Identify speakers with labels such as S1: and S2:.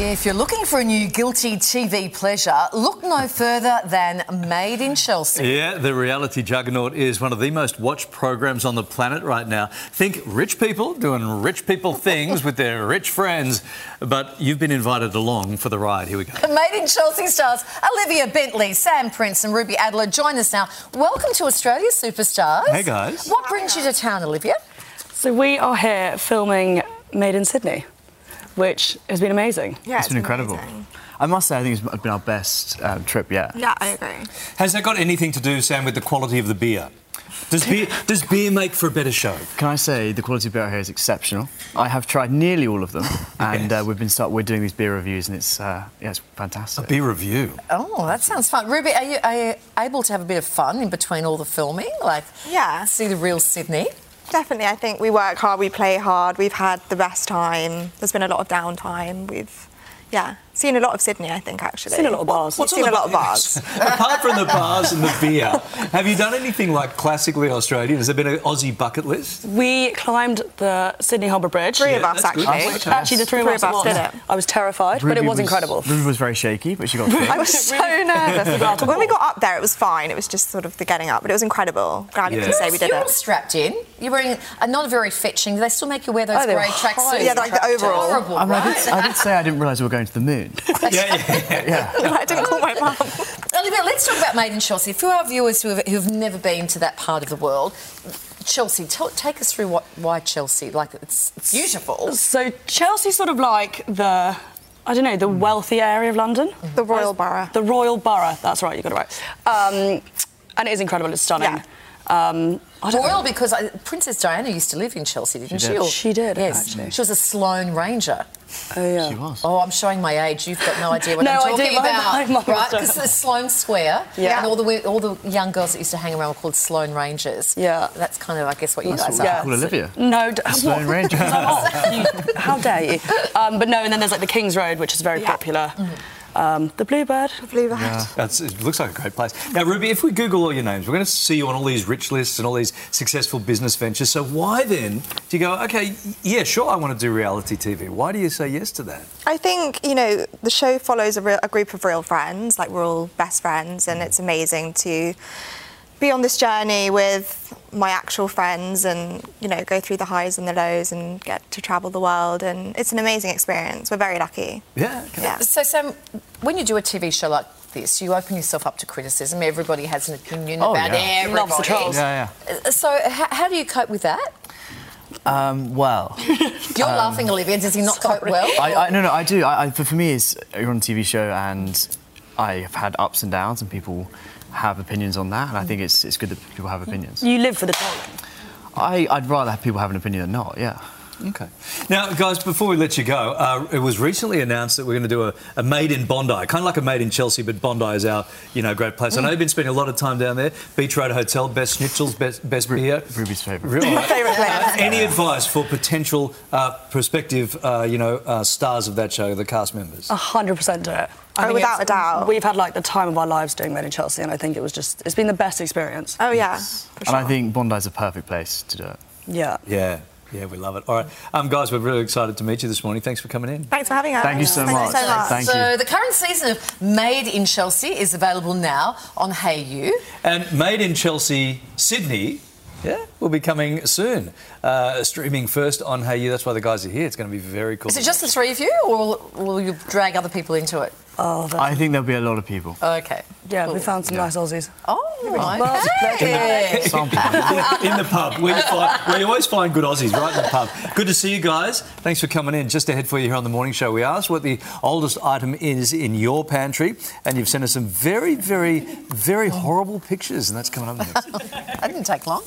S1: If you're looking for a new guilty TV pleasure, look no further than Made in Chelsea.
S2: Yeah, the reality juggernaut is one of the most watched programs on the planet right now. Think rich people doing rich people things with their rich friends, but you've been invited along for the ride. Here we go.
S1: Made in Chelsea stars Olivia Bentley, Sam Prince, and Ruby Adler join us now. Welcome to Australia, superstars.
S2: Hey, guys.
S1: What brings you to town, Olivia?
S3: So we are here filming Made in Sydney, which has been amazing.
S4: Yeah,
S5: it's been incredible.
S4: amazing.
S5: I must say, I think it's been our best um, trip yet.
S4: Yeah, I agree.
S2: Has that got anything to do, Sam, with the quality of the beer? Does beer, does beer make for a better show?
S5: Can I say the quality of beer out here is exceptional? I have tried nearly all of them, and uh, we've been start, we're doing these beer reviews, and it's uh, yeah, it's fantastic.
S2: Beer review.
S1: Oh, that sounds fun. Ruby, are you, are you able to have a bit of fun in between all the filming? Like,
S4: Yeah.
S1: see the real Sydney?
S4: Definitely, I think we work hard, we play hard, we've had the best time. There's been a lot of downtime. We've, yeah, seen a lot of Sydney, I think, actually.
S3: Seen a lot of bars.
S4: We've seen a lot of bars.
S2: Apart from the bars and the beer, have you done anything like classically Australian? Has there been an Aussie bucket list?
S3: We climbed the Sydney Harbour Bridge.
S4: Three of
S2: Yeah,
S4: us,
S2: that's good.
S4: actually.
S5: That's
S3: Actually, the three, of us,
S4: did
S3: walked.
S4: it.
S3: I was terrified, but it
S5: Ruby
S3: was, incredible.
S5: Ruby was very shaky, but she got through.
S4: I was so nervous.
S3: to
S4: when we
S3: walk.
S4: got up there, it was fine. It was just sort of the getting up, but it was incredible. Glad you
S2: Yeah.
S4: can say we did
S1: You're all
S4: it.
S1: strapped in. You're wearing a not very fetching. Do they still make you wear those
S3: Oh, they were
S1: grey tracksuits?
S3: horrible.
S4: Yeah, like the overall.
S1: Horrible,
S5: I, mean, I,
S1: right?
S5: did, I did say I didn't realise we were going to the moon.
S4: I didn't call my mum.
S1: Olivia, let's talk about Made in Chelsea. For our viewers who have, who've never been to that part of the world, Chelsea, tell take us through what, why Chelsea. Like, it's it's beautiful.
S3: So Chelsea's sort of like the, I don't know, the
S5: Hmm.
S3: wealthy area of London.
S4: The Royal Borough.
S3: The Royal Borough. That's right. You got it right. Um, and it is incredible. It's stunning.
S4: Yeah.
S3: Um, I don't
S1: Royal, because I, Princess Diana used to live in Chelsea, didn't she?
S5: did.
S1: Or-
S3: She did,
S1: Yes,
S3: actually.
S1: she was a Sloane Ranger.
S3: know. Oh, yeah.
S5: She was.
S1: Oh, I'm showing my age. You've got no idea what
S3: No, I
S1: I'm
S3: do.
S1: talking
S3: My- my
S1: about,
S3: mum
S1: right?
S3: was a-
S1: Because it's Sloane Square,
S3: Yeah.
S1: and all the wi- all the young girls that used to hang around were called Sloane Rangers.
S3: Yeah.
S1: that's kind of, I guess, what you guys
S3: Yeah.
S1: are.
S5: Call Olivia.
S3: No, d-
S5: Sloane
S3: what?
S5: Ranger.
S3: I'm off. You- How dare you? Um, but no, and then there's like the King's Road, which is very
S4: Yeah.
S3: popular. Um, the Bluebird.
S4: Blue Band.
S2: That's, it looks like a great place. Now, Ruby, if we Google all your names, we're going to see you on all these rich lists and all these successful business ventures. So why then do you go, okay, yeah, sure, I want to do reality TV. Why do you say yes to that?
S4: I think, you know, the show follows a, real, a group of real friends, like we're all best friends, and it's amazing to be on this journey with my actual friends and, you know, go through the highs and the lows and get to travel the world. And it's an amazing experience. We're very lucky.
S2: Yeah. okay.
S4: Yeah.
S1: So, Sam, when you do a TV show like this, you open yourself up to criticism. Everybody has an opinion
S5: Oh,
S1: about
S5: yeah.
S1: everybody.
S3: Loves the trolls.
S5: Yeah,
S1: Uh, So, how, how do you cope with that?
S5: yeah. Um, well,
S1: You're
S5: Um,
S1: laughing, Olivia. Does he not cope well?
S5: I, I, no, no, I do. I, I, for, for me, it's you're on a TV show, and I have had ups and downs, and people have opinions on that, and I think it's it's good that people have opinions.
S3: You live for the trolling.
S5: I, I'd rather have people have an opinion than not. Yeah.
S2: Okay. Now, guys, before we let you go, uh, it was recently announced that we're going to do a, a Made in Bondi, kind of like a Made in Chelsea, but Bondi is our, you know, great place. I know you've been spending a lot of time down there. Beach Road Hotel, best schnitzels, best, best beer.
S5: Ruby's favourite.
S2: Real-
S4: Favourite
S2: Uh,
S4: place.
S2: any advice for potential uh, prospective, uh, you know, uh, stars of that show, the cast members?
S1: Oh.
S3: A hundred percent do it.
S4: Oh,
S3: think it's-
S4: without a doubt.
S3: We've had like the time of our lives doing that in Chelsea, and I think it was just it's been the best experience.
S4: Oh, yeah. for
S5: And I
S4: sure.
S5: think Bondi's a perfect place to do it.
S3: Yeah.
S2: Yeah, yeah, we love it. All right, um, guys, we're really excited to meet you this morning. Thanks for coming in.
S4: Thanks for having us.
S5: Thank you so
S4: Thank
S5: much.
S4: You so much.
S5: Thank
S1: so
S5: you.
S1: the current season of Made in Chelsea is available now on Hey You.
S2: And Made in Chelsea, Sydney, yeah, will be coming soon. Uh, streaming first on Hey You. That's why the guys are here. It's going to be very cool.
S1: Is it just the three of you, or will you drag other people into it?
S3: Oh, that,
S5: I think there'll be a lot of people.
S1: Okay.
S3: yeah.
S1: cool.
S3: We found some nice Aussies.
S1: Oh,
S3: Well,
S1: okay.
S5: Some people.
S2: in the pub? Where you, find, where you always find good Aussies, right in the pub. Good to see you guys. Thanks for coming in. Just ahead for you here on the morning show, we asked what the oldest item is in your pantry, and you've sent us some very, very, very horrible pictures, and that's coming up next.
S1: That didn't take long.